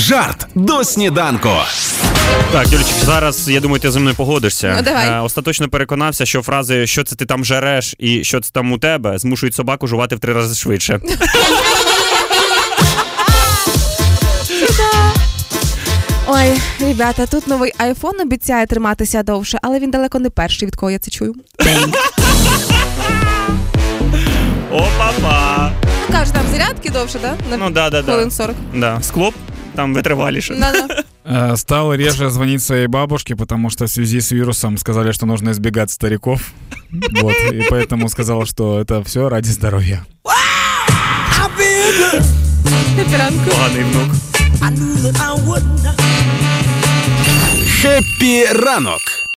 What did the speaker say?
Жарт до сніданку. Так, Юльчик, зараз я думаю, ти зі мною погодишся. Ну, давай. Е, Остаточно переконався, що фрази що це ти там жереш і що це там у тебе змушують собаку жувати в три рази швидше. Ой, ребята, тут новий айфон обіцяє триматися довше, але він далеко не перший, від кого я це чую. Опа-па. Каже, Ну, там зарядки довше, да? На Ну да, да, да. хвилин 40. Да. Склоп там витриваліше. Да-да. Э, Стал реже звонить своей бабушке, потому что в связи с вирусом сказали, что нужно избегать стариков. Вот, и поэтому сказал, что это все ради здоровья. Ранку. Поганий внук. Хеппі ранок